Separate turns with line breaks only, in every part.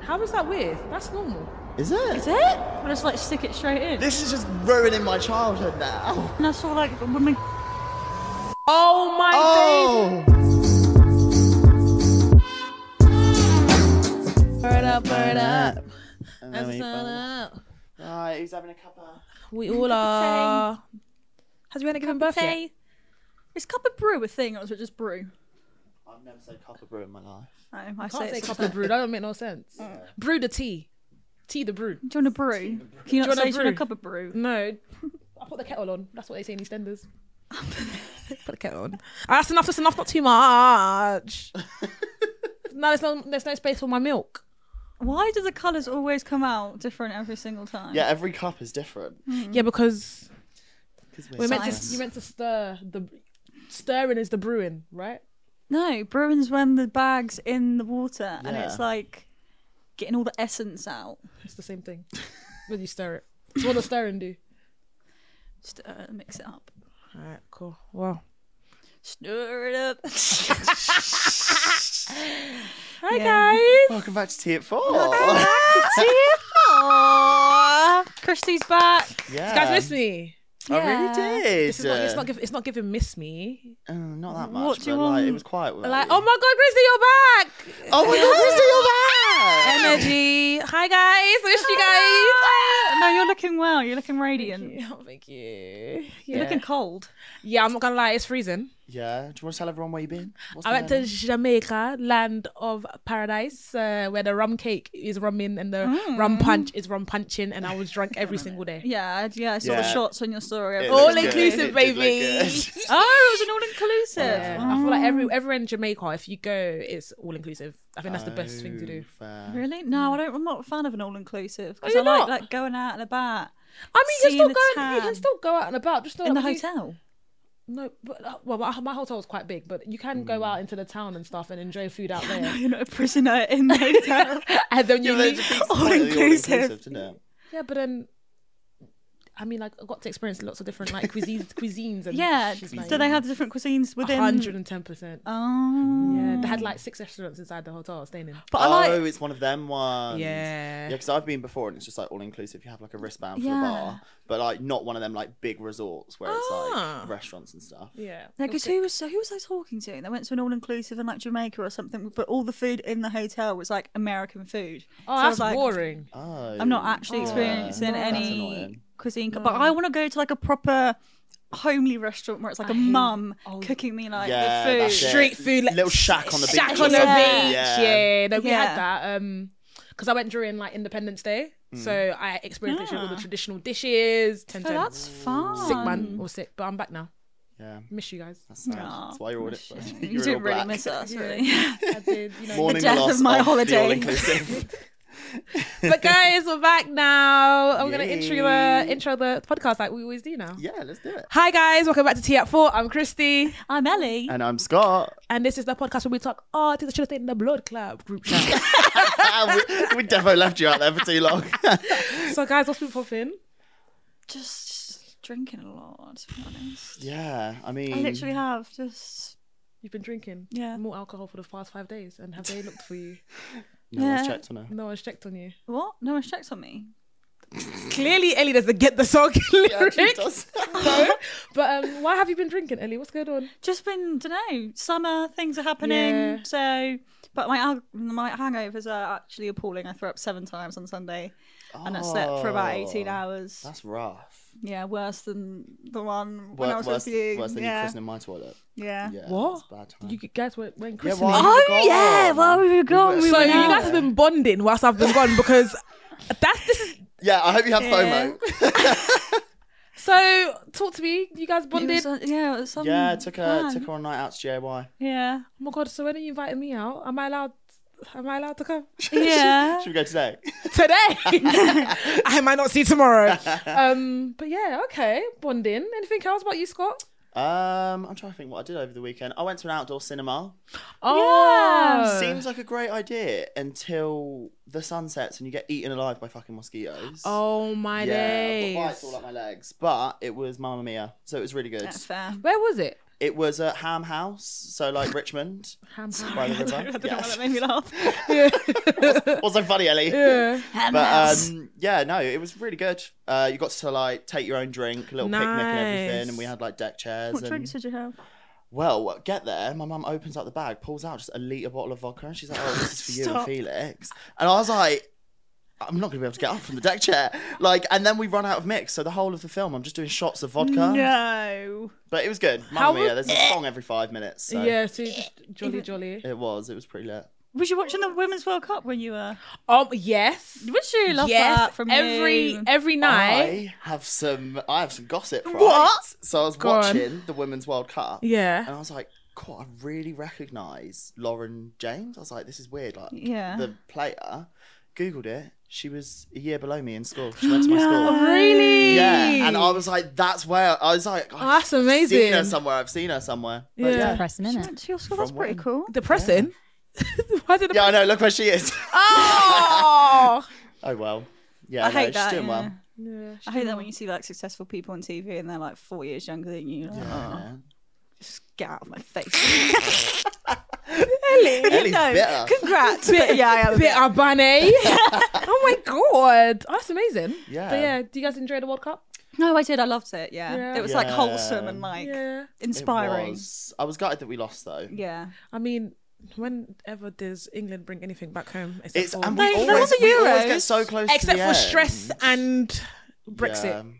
How is that weird? That's normal.
Is it?
Is it? I just like stick it straight in.
This is just ruining my childhood now.
and I saw like women.
Oh my
Oh!
Burn up, burn
Uh,
up.
And then we burn it.
Burn up.
Right, who's having a cuppa?
We all are. Has Rihanna given birth yet?
Say, is cup of brew a thing or is it just brew?
I've never said cuppa brew in my life.
No, I
Can't say
it's-
cup of brew. That don't make no sense.
Mm.
Brew the tea. Tea the brew.
Do you want a brew? Can you
Do you
not
want a
say do you want
brew?
a cup of brew?
No. I put the kettle on. That's what they say in EastEnders. put the kettle on. Ah, That's enough. That's enough. Not too much. no, there's no, there's no space for my milk.
Why do the colours always come out different every single time?
Yeah, every cup is different.
Mm.
Yeah, because
'Cause
we're Mm. meant to,
Science.
you're meant to stir the stirring is the brewing, right?
No, brewing's when the bag's in the water and it's
Yeah.
like getting all the essence out.
It's the same thing. when you stir it, it's what the stirring do.
Just uh, mix it up.
All right, cool. Wow.
Stir it up.
Hi
Yeah.
guys.
Welcome back to Tea at Four.
Ah, Christy's back.
yeah.
You guys miss me.
I really
Um, Yeah.
did.
This is not, it's not. give- It's not giving miss me.
Uh, not that much,
What do
but
you
like, it
want?
was quiet. without
Like,
you.
oh my God, Grizzly, you're back.
Oh my god, Christy, you're back!
Energy. Hi guys. Wish you guys.
No, you're looking well. You're looking radiant.
Thank
You're
you. Oh, Thank you.
looking cold.
Yeah, I'm not gonna lie, it's freezing.
Yeah, do you want to tell everyone where you've been? What's
I
the
went to
weather?
Jamaica, land of paradise, uh, where the rum cake is rum in and the rum punch is rum punching, and I was drunk every single day.
Yeah, I- yeah. I saw the
Yeah.
shots on your story.
It
Everything
All
looked
was
good.
good.
inclusive,
It did look
baby.
good.
Oh, it was an Oh. all inclusive.
Yeah, I feel like every everywhere in Jamaica, if you go, it's all inclusive. I think that's the best thing to
Oh,
do.
fair.
Really? No, I don't. I'm not a fan of an all inclusive because
you're
I
not?
like like going out and about
I mean,
See
you can still
the
go. You
town.
can still go out and about. Just not
in the
like we do-
hotel.
No, but uh, well, my, my hotel was quite big, but you can go
Mm.
out into the town and stuff and enjoy food out
No,
there.
you're not a prisoner in the hotel.
and then
Yeah,
you
but
leave.
it's a big
all
point of the
inclusive.
all-inclusive, didn't it?
Yeah, but then, I mean, like I got to experience lots of different like cuisines, cuisines. And
yeah.
she's like,
So they have the different cuisines within.
110 percent.
Oh.
Yeah, they had like six restaurants inside the hotel I was staying in.
But I like.
oh, it's one of them ones.
Yeah.
Yeah, because I've been before and it's just like all inclusive. You have like a wristband for
Yeah.
the bar, but like not one of them like big resorts where it's
Ah.
like restaurants and stuff.
Yeah.
No, because who was who was I talking to? They went to an all inclusive in like Jamaica or something, but all the food in the hotel was like American food.
Oh,
So I
that's
was like,
boring.
Oh,
I'm not actually
yeah.
experiencing
That's
any
annoying.
cuisine, but I want to go to like a proper homely restaurant where it's like a mum
oh.
cooking me like
Yeah,
the
that's
food.
it.
Street food, like,
little shack on the
Shack
beach.
on the
or something.
beach. Yeah. No, we
Yeah.
had that. Um, because I went during like Independence Day,
Mm.
so I experienced literally all the
Ah.
traditional dishes. Ten
Oh,
ten.
that's fun.
sick man or sick, but I'm back now.
Yeah,
Miss you guys.
that's, sad.
Aw,
that's why you're all
shit.
you're
You
all
didn't really
black.
miss us,
Yeah.
really.
I did, you know.
Morning
death
loss
of my holiday.
All inclusive.
But guys, we're back now. I'm gonna
Yay.
intro the intro the podcast like we always do now.
yeah, let's do it.
Hi guys, welcome back to Tea at Four. I'm Christy,
I'm Ellie.
And I'm Scott.
and this is the podcast where we talk art. Oh, I should have stayed in the Blood Club group chat.
we, we defo left you out there for too long.
so guys, what's been popping?
Just drinking a lot, to be honest.
yeah, I mean,
I literally have just
You've been drinking
Yeah.
more alcohol for the past five days, and have they looked for you?
no one's
Yeah.
checked on her.
No one's checked on you.
what? No one's checked on me.
Clearly, Ellie doesn't get the song lyrics.
She does.
But um, why have you been drinking, Ellie? What's going on?
Just been, don't know, summer things are happening.
Yeah.
So, but my al- my hangovers are actually appalling. I threw up seven times on Sunday, and I slept for about eighteen
Oh,
hours.
That's rough.
Yeah, worse than the one when
Wor-
I was
worse,
with you.
worse than you
yeah.
christening my toilet.
yeah.
Yeah,
What?
That's a bad time.
You guys were went
yeah,
christening.
why
Oh,
you gone?
yeah, well, we were gone, we
so
were
you
Yeah.
guys have been bonding whilst I've been gone because that's this is
Yeah, I hope you have
Yeah.
FOMO.
so. Talk to me. You guys
It
bonded.
was, uh, yeah, it was some
yeah, took her
plan.
took her on a night out to JY.
Yeah.
Oh my god! So when are you inviting me out? Am I allowed? Am I allowed to come
Yeah.
Should we go today?
today? I might not see tomorrow. Um, but yeah, okay. Bonding. Anything else about you, Scott?
Um, I'm trying to think what I did over the weekend. I went to an outdoor cinema.
Uh.
Oh,
Seems like a great idea until the sun sets and you get eaten alive by fucking mosquitoes.
oh my
yeah, I've got bites
days.
all up my legs. But it was Mamma Mia, so it was really good.
That's fair.
Where was it?
It was at Ham House, so like Richmond.
Ham
By
Sorry.
the
I don't,
river.
I don't know
Yeah.
why that made me laugh.
yeah.
Also funny, Ellie.
yeah.
But um, yeah, no, it was really good. Uh, you got to like take your own drink, a little picnic and everything, and we
Nice.
had like deck chairs.
what
and...
drinks did you have?
Well, get there. My mum opens up the bag, pulls out just a litre bottle of vodka, and she's like, oh, this is for you and
Stop.
Felix. And I was like, I'm not going to be able to get up from the deck chair. Like, and then we run out of mix. So the whole of the film, I'm just doing shots of vodka.
No.
But it was good.
How
Mamma mia,
was-
there's a song every five minutes. So
yeah, so you just jolly, jolly.
It was. It was pretty lit.
Was you watching the Women's World Cup when you were?
Um, yes.
Would you love
yes.
that from
every
you?
every night.
I have some. I have some gossip. Right?
What?
So I was
Go on.
watching the Women's World Cup, and
Yeah.
I was like, "God, I really recognise Lauren James." I was like, "This is weird." Like
Yeah.
the player, googled it. She was a year below me in school. She went to my
No.
school.
really?
Yeah, and I was like, "That's where." I was like,
Oh, that's
I've seen her
amazing.
somewhere. I've seen her somewhere." But
Yeah.
yeah.
Depressing,
She
innit?
went to your school. That's
From
pretty
when?
cool.
Depressing. Why did it?
Yeah, I know. Look where she is.
Oh.
oh well. Yeah,
I
no,
hate
she's
that.
doing well.
yeah.
yeah,
I hate that when you see like successful people on TV and they're like four years younger than you. Like, oh,
Yeah.
just get out of my face.
Ellie's
No,
bitter.
Congrats. But yeah, I am a
Bit
bit.
Abane. oh my god, Oh, that's amazing.
Yeah.
But yeah, do you guys enjoy the World Cup?
No, I did. I loved it. Yeah,
Yeah.
it was like
Yeah.
wholesome and like
yeah.
It
inspiring.
was. I was gutted that we lost though.
Yeah,
I mean, whenever does England bring anything back home? Except
It's
for,
and we
Like, that
always,
was a
we always
Euros.
get so close. to
except
the
for
end.
stress and
Yeah.
Brexit.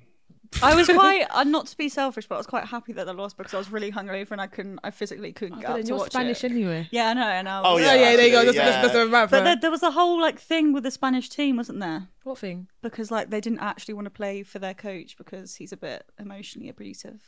I was quite. Uh, not to be selfish, but I was quite happy that I lost because I was really hungover and I couldn't. I physically couldn't get up to watch it.
anyway.
Yeah, I know. And I was,
Oh
Oh
yeah.
yeah, there you go. That's,
actually,
that's, that's
yeah.
what matter.
But there, there was a whole like thing with the Spanish team, wasn't there?
what thing?
Because like they didn't actually want to play for their coach because he's a bit emotionally abusive.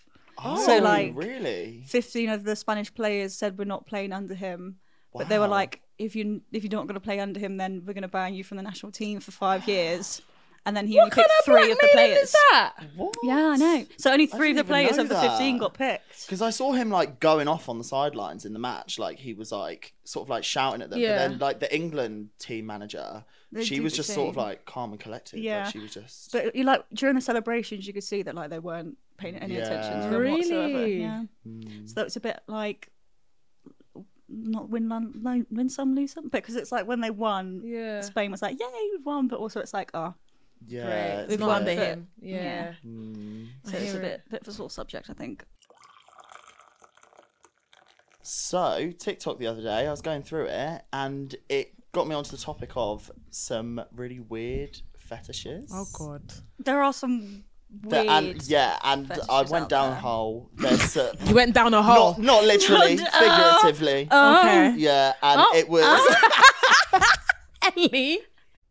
Oh,
So, like-
really?
15 of the Spanish players said we're not playing under him. But they were
Wow.
like, if you if you're not going to play under him, then we're going to ban you from the national team for five years. And then he
What
only
kind
picked
of
three
blackmailing
of the
is
players.
that?
What?
Yeah, I know. So only three of
didn't
the
even
players
know
of the
that.
15 got picked.
Because I saw him like going off on the sidelines in the match, like he was like sort of like shouting at them.
Yeah.
But then like the England team manager,
They
she
do
was
the
just sort of
same.
like calm and collected. Like,
Yeah.
she was just.
But you like during the celebrations, you could see that like they weren't paying any attention
Yeah.
to him whatsoever.
Really?
Yeah.
Mm.
So that was a bit like not win, lon- lo- win some, lose some. Because it's like when they won,
Yeah.
Spain was like, yay, we won. But also it's like, oh,
yeah, it's
We've
like-
under
under
him.
him.
Yeah.
Yeah.
Mm.
I
so it's a
hear it.
bit, bit of a sore subject, I think.
So TikTok the other day, I was going through it, and it got me onto the topic of some really weird fetishes.
Oh god.
There are some
The-
weird.
and yeah, and I
fetishes
went
out
down a
there. Oh.
hole. There's uh,
You went down a hole.
not not literally,
Not- oh. Ah.
figuratively.
Um,
okay.
Yeah, and
Oh.
it was.
Ellie.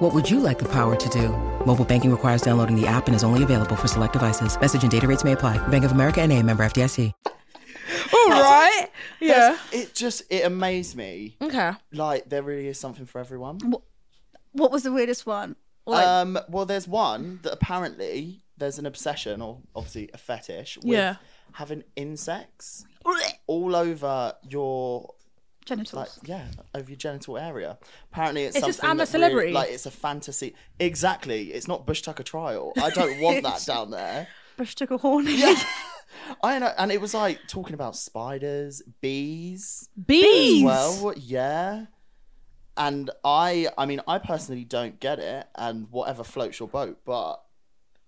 What would you like the power to do? Mobile banking requires downloading the app and is only available for select devices. Message and data rates may apply. Bank of America and a member FDIC.
All right. Yeah.
It just it amazed me.
Okay.
Like there really is something for everyone.
What was the weirdest one? Or, Like,
Um, well, there's one that apparently there's an obsession, or obviously a fetish, with
Yeah.
having insects all over your
genitals.
like yeah over your genital area. Apparently, it's
It's
something
just, I'm a
that really-
celebrity.
like it's a fantasy. Exactly, it's not Bush Tucker trial. I don't want that down there.
Bush took a horn.
I know, and it was like talking about spiders, bees.
Bees.
well yeah and i i mean i personally don't get it and whatever floats your boat but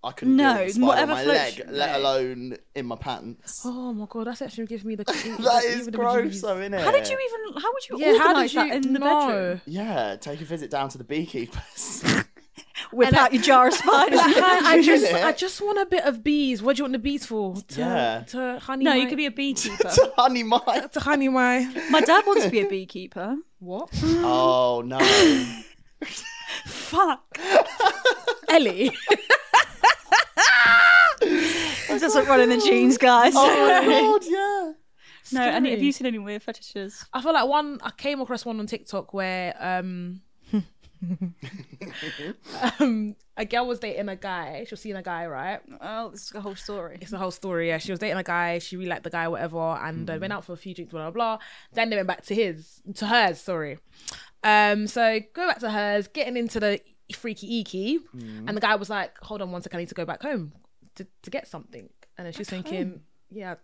i couldn't
No,
deal with a spider
whatever
on my
floats
leg
your-
let
no.
alone in my pants
Oh my god, that's actually giving me the.
that is gross though innit?
How did you e- even? How would you
Yeah, how did
organise
you
that in the
know?
bedroom?
yeah take a visit down to the beekeepers
Whip out your jar of spiders.
Like, I, I just,
Really?
I just want a bit of bees. What do you want the bees for? To,
Yeah.
to honey.
no,
my,
you could be a beekeeper.
to honey mine
to honey my.
My dad wants to be a beekeeper.
What?
oh no
Fuck.
Ellie.
It doesn't run in the jeans, guys.
oh my god yeah
no, and have
Scary.
you seen any weird fetishes?
I feel like one I came across one on TikTok where um um, a girl was dating a guy. She was seeing a guy, right?
Oh, this is the whole story.
It's the whole story. Yeah, she was dating a guy. She really liked the guy, whatever, and uh, went out for a few drinks, blah blah blah. Then they went back to his, to hers. Sorry. Um, so go back to hers, getting into the freaky eaky,
Mm.
and the guy was like, "Hold on one second, I need to go back home to, to get something." And then she's thinking, "Yeah."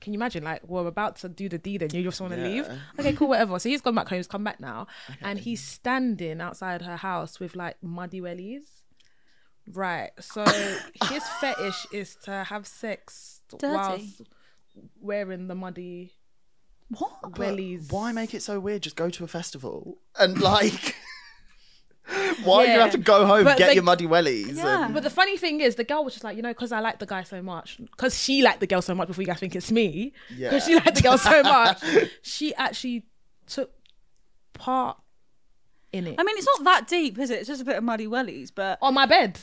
Can you imagine? Like, we're about to do the deed and you just want to leave?
Yeah.
Okay, cool, whatever. So he's gone back home, he's come back now, and he's standing outside her house with like muddy wellies. Right. So his fetish is to have sex
Dirty.
whilst wearing the muddy
What?
But
wellies.
Why make it so weird? Just go to a festival and like. Why do you have to
Yeah.
go home,
But
get
they-
your muddy wellies?
Yeah.
and-
But the funny thing is, the girl was just like, you know, because I like the guy so much, because she liked the girl so much before you guys think it's me,
Yeah.
because she liked the girl so much, she actually took part in it
I mean, it's not that deep, is it? It's just a bit of muddy wellies, but
on my bed.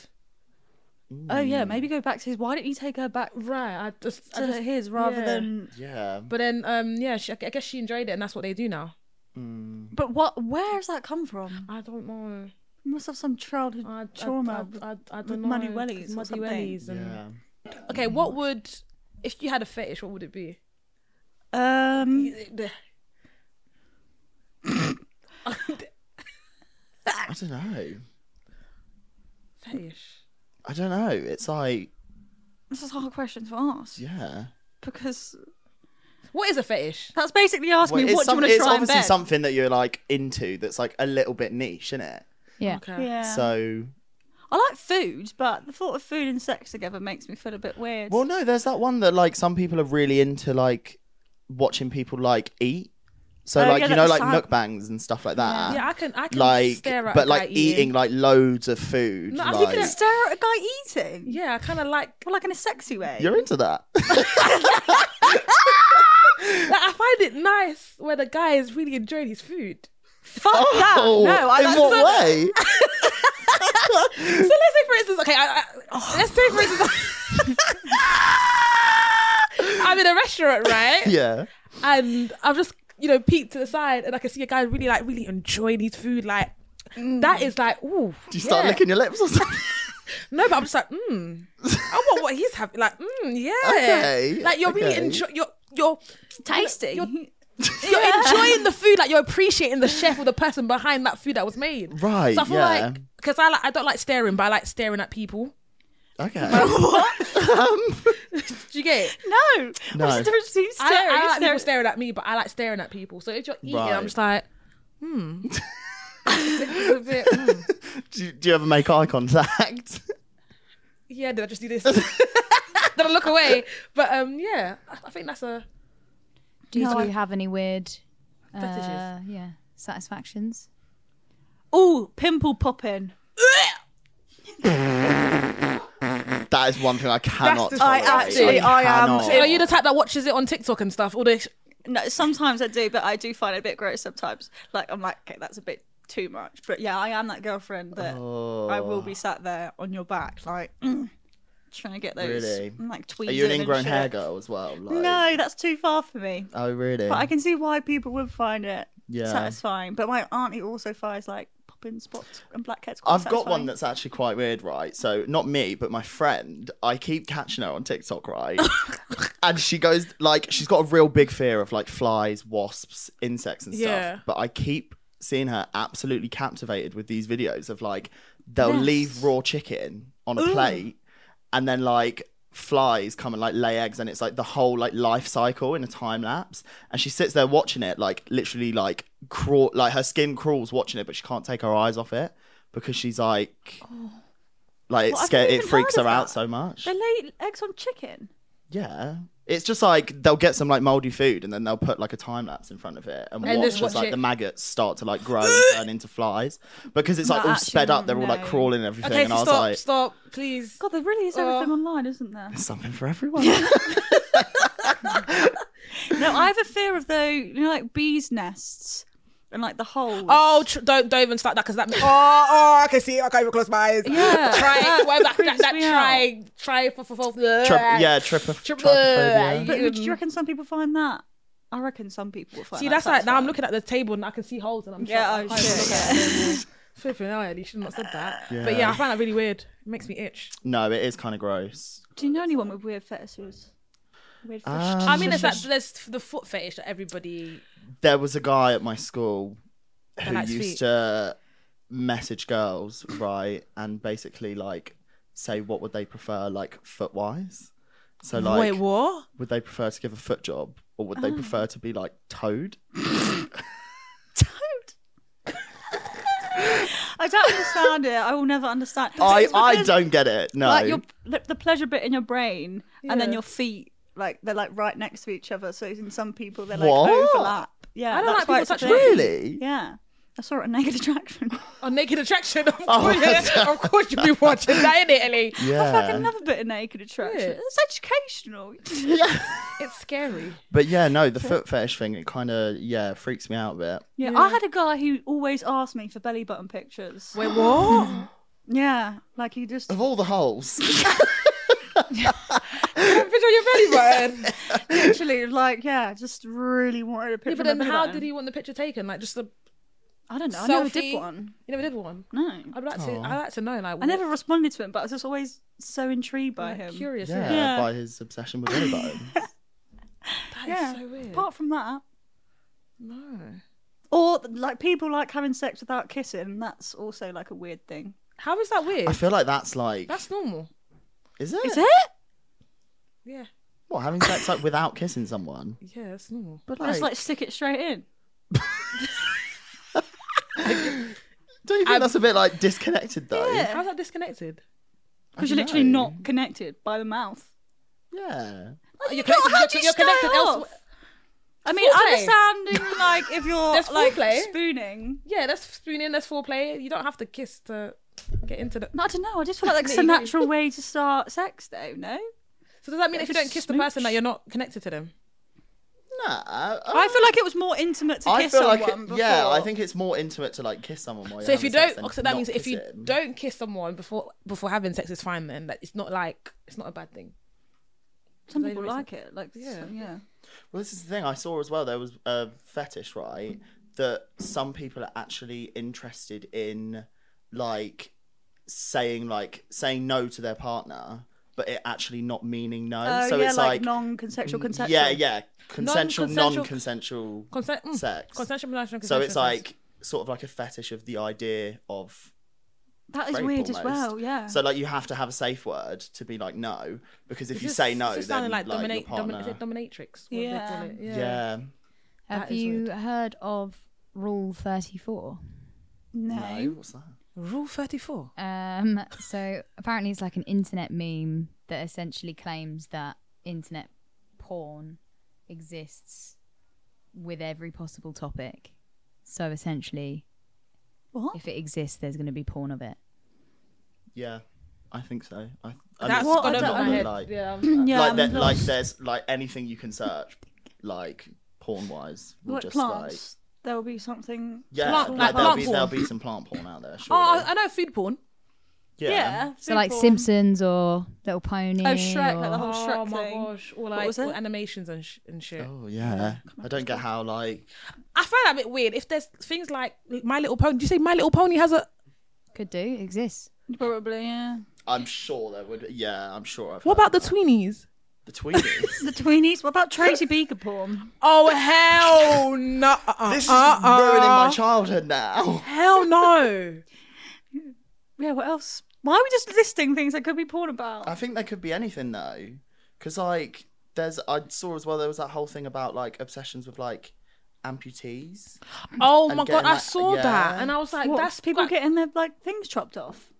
oh yeah, maybe go back to his. Why didn't you take her back
Right. I just, I
to
just-
his rather
yeah.
than?
yeah.
But then, um, yeah, she, I guess she enjoyed it, and that's what they do now.
But what? Where has that come from?
I don't know.
You must have some childhood
I, I-
trauma. with-
I, I, I,
with
don't know.
muddy wellies or
Muddy
something.
wellies and-
yeah.
Okay, what would if you had a fetish? What would it be?
um,
I don't know.
fetish.
I don't know. It's like,
this is a hard question to ask
yeah.
because
What is a fetish?
that's basically asking
Well,
me
it's
what
some-
do you
it's
want to
obviously
try and
something that you're like into that's like a little bit niche, isn't it?
Yeah.
Okay.
Yeah.
So,
I like food, but the thought of food and sex together makes me feel a bit weird.
well, no, there's that one that like some people are really into like watching people like eat. So,
Oh,
like,
yeah,
you know,
that's
like
how-
mukbangs and stuff like that.
Yeah, I can. I can
like,
stare at
but
a
like
guy
eating. like loads of food.
No, I
like,
think
You stare at a guy eating.
yeah, I kind of like.
Well, like in a sexy way.
You're into that.
like, I find it nice where the guy is really enjoying his food.
Fuck that. No, I
Oh, in
like
what way?
So let's say, for instance, okay, I, I,
Oh.
let's say, for instance, I'm in a restaurant, right?
yeah.
and I've just you know peeked to the side and I can see a guy really like really enjoying his food like
Mm.
that is like ooh
Do you start
yeah.
licking your lips or something?
no but I'm just like mm I want what he's having like mm yeah
Okay,
like you're really
okay.
enjoying you're you're
tasty.
you're enjoying the food like you're appreciating the chef or the person behind that food that was made
Right,
so I feel
yeah.
like because I like I don't like staring but I like staring at people
Okay. Um,
do you get it
no.
No.
What's the difference between
I,
staring?
I like people
staring-
staring at me but I like staring at people so if you're eating
Right.
I'm just like hmm It's a bit, mm.
do, do you ever make eye contact?
yeah, did I just do this? did I look away? But um, yeah, I- I think that's a
Do you
No,
two
I-
have any weird
Fetishes.
uh, yeah satisfactions?
Ooh, pimple popping.
That is one thing I cannot.
the-
tolerate.
I actually-
I am
cannot.
too.
Are you the type that watches it on TikTok and stuff? All the
No, sometimes I do, but I do find it a bit gross sometimes. Like I'm like, okay, that's a bit too much. But yeah, I am that girlfriend that I will
Oh.
be sat there on your back, like mm, trying to get those
Really?
mm, like tweezers.
Are you an
and
ingrown
shit.
hair girl as well? Like,
No, that's too far for me.
Oh really?
But I can see why people would find it
Yeah.
satisfying. But my auntie also finds like popping spots and blackheads. Quite
I've got one
satisfying.
that's actually quite weird, right? So not me, but my friend. I keep catching her on TikTok, right? and she goes like, she's got a real big fear of like flies, wasps, insects, and stuff.
Yeah.
But I keep seeing her absolutely captivated with these videos of like they'll leave raw chicken on a plate, and then like flies come and like lay eggs and it's like the whole like life cycle in a time lapse and she sits there watching it like literally like crawl like her skin crawls watching it but she can't take her eyes off it because she's like like
Well,
it's
I've
scared
never
it
even
freaks
heard
her
of
out
that.
so much
They lay eggs on chicken.
yeah it's just like they'll get some like moldy food and then they'll put like a time lapse in front of it and,
And
watch
just
as
watch
like
it.
the maggots start to like grow and turn into flies because it's like
No,
all
actually,
sped up they're all like
no.
crawling and everything
okay,
and I
so
was
stop,
like
stop, please.
God, there really
Oh.
is everything online, isn't there?
something for everyone
No, I have a fear of though, you know, like bees' nests and like the holes.
Oh, tr- don't don't even start that because that. Makes- oh, oh, I can see. it. I can't even close my eyes.
Yeah.
try whatever that, that,
Creeps
that
me
try try for for for.
Tri- yeah tripa
Tri-
trypophobia.
But do you reckon some people find that? I reckon some people find
See,
that
that's like now I'm
satisfying.
looking at the table and I can see holes and I'm just
Yeah,
like,
oh
I can't even
shit.
look at it. Flipping hell, Ellie, you should have not said that. But yeah, I find that really weird. It makes me itch.
No, it is kind of gross.
Do you know anyone with weird fetishes? Weird fetish.
I mean, there's that there's the foot fetish that everybody.
There was a guy at my school who
likes
used
feet.
to message girls, right, and basically like say what would they prefer, like foot wise. So like,
Wait, what?
would they prefer to give a foot job, or would they
Ah.
prefer to be like towed?
I don't understand it. I will never understand.
I
It's
I
because,
don't get it. No,
Like your the, the pleasure bit in your brain, and then
Yeah.
your feet, like they're like right next to each other. So in some people, they're like
What?
overlap. Yeah,
I don't
that's
like
why
people
it's a
touch
thing.
my feet.
really.
Yeah, I saw it on Naked Attraction.
On naked attraction. Of
Oh,
course,
that's-
of course you'd be watching that in Italy.
Yeah,
Fucking love a bit of Naked Attraction.
Yeah.
It's educational.
It's scary.
but yeah, no, the foot fetish thing it kind of yeah freaks me out a bit.
Yeah, I had a guy who always asked me for belly button pictures.
Wait, what?
Yeah, like he just
Of all the holes,
Picture your belly button.
literally like yeah, just really wanted a picture.
Yeah, but then
of my belly
how
button.
did he want the picture taken? Like just the
I don't know. I
selfie?
never did one.
You never did one.
No,
I'd like to. I'd like to know. Like
I never responded to him, but I was just always so intrigued by
Like,
him.
Curious.
yeah,
Yeah.
by his obsession with belly button.
That is
Yeah.
so weird.
Apart from that,
no.
or like people like having sex without kissing. That's also like a weird thing.
How is that weird?
I feel like that's like,
That's normal.
is it?
Is it?
Yeah.
What having sex like without kissing someone?
Yeah, that's normal.
But
Just
like,
like stick it straight in.
don't you think that's a bit like disconnected though?
Yeah.
How's that disconnected?
Because you're literally not connected by the mouth.
Yeah.
You're
How
you're-
do you
you're connected
stay
elsewhere.
off? I mean,
Foreplay.
understanding like if you're
There's
like
foreplay.
spooning.
Yeah, that's spooning. That's foreplay. You don't have to kiss to get into the.
No, I don't know. I just feel like it's a natural way to start sex, though. No,
So does that mean if you don't kiss the person that
Smooch.
you're not connected to them?
Nah. I,
I feel like it was more intimate to
I
kiss
feel like
someone.
it, yeah,
before.
I think it's more intimate to like kiss someone while
So
you're
if you
having
don't,
sex than
so that
not
means if you
kissing.
don't kiss someone before before having sex, it's fine. Then that it's not like it's not a bad thing.
some
they
people
always-
like it. Like, yeah, yeah.
Well, this is the thing I saw as well. There was a fetish, right? That some people are actually interested in, like, saying like saying no to their partner, but it actually not meaning no.
Oh,
so
yeah,
it's
like,
like, mm,
non-consensual consensual.
yeah, yeah, consensual,
Non-consensual-
non-consensual
Consent. Mm,
sex.
Consensual relational
so it's
consensual sex.
like sort of like a fetish of the idea of
That is
rape
weird as
almost.
well. Yeah.
So like you have to have a safe word to be like no, because if
It's
you
just-
say no,
it's just
then
sounding
like, your
dominate,
partner.
domin- is it dominatrix? What do they
Yeah.
call it?
yeah.
That
Have
is
you
weird.
heard of Rule 34?
no.
No, what's that?
Rule thirty-four.
Um, so apparently it's like an internet meme that essentially claims that internet porn exists with every possible topic. So essentially,
What?
if it exists, there's going to be porn of it.
Yeah, I think so. I, I
That's
What?
gone
I
over
don't
my
know.
head.
Like-
yeah. I'm-
Yeah.
like
I'm
that, like
lost.
there's like anything you can search, like porn wise, will
Like
just like
plants. There will be something.
yeah,
Plant-
like,
like
there'll
plant
be
porn.
there'll be some plant porn out there. Surely.
Oh, I- I know food porn.
yeah.
So like
foodborne.
Simpsons or Little Pony.
Oh, Shrek,
or-
like the whole Shrek
Oh my
thing.
gosh! All like
was
all
it?
animations and sh- and shit.
Oh yeah. I don't get how like
I find that a bit weird. If there's things like My Little Pony, do you say My Little Pony has a?
could do exists.
Probably. Yeah.
I'm sure there would. Yeah, I'm sure. I've
What
heard
about the tweenies?
the tweeters?
The tweenies. What about Tracy Beaker porn?
Oh hell no! Uh-uh,
this is
uh-uh.
ruining my childhood now.
Hell no!
Yeah. What else? Why are we just listing things that could be porn about?
I think there could be anything though, because like there's I saw as well there was that whole thing about like obsessions with like amputees.
Oh
And
my god!
getting
I
like-
saw
yeah.
that and I was like,
What,
"That's
people
quite-
getting their like things chopped off.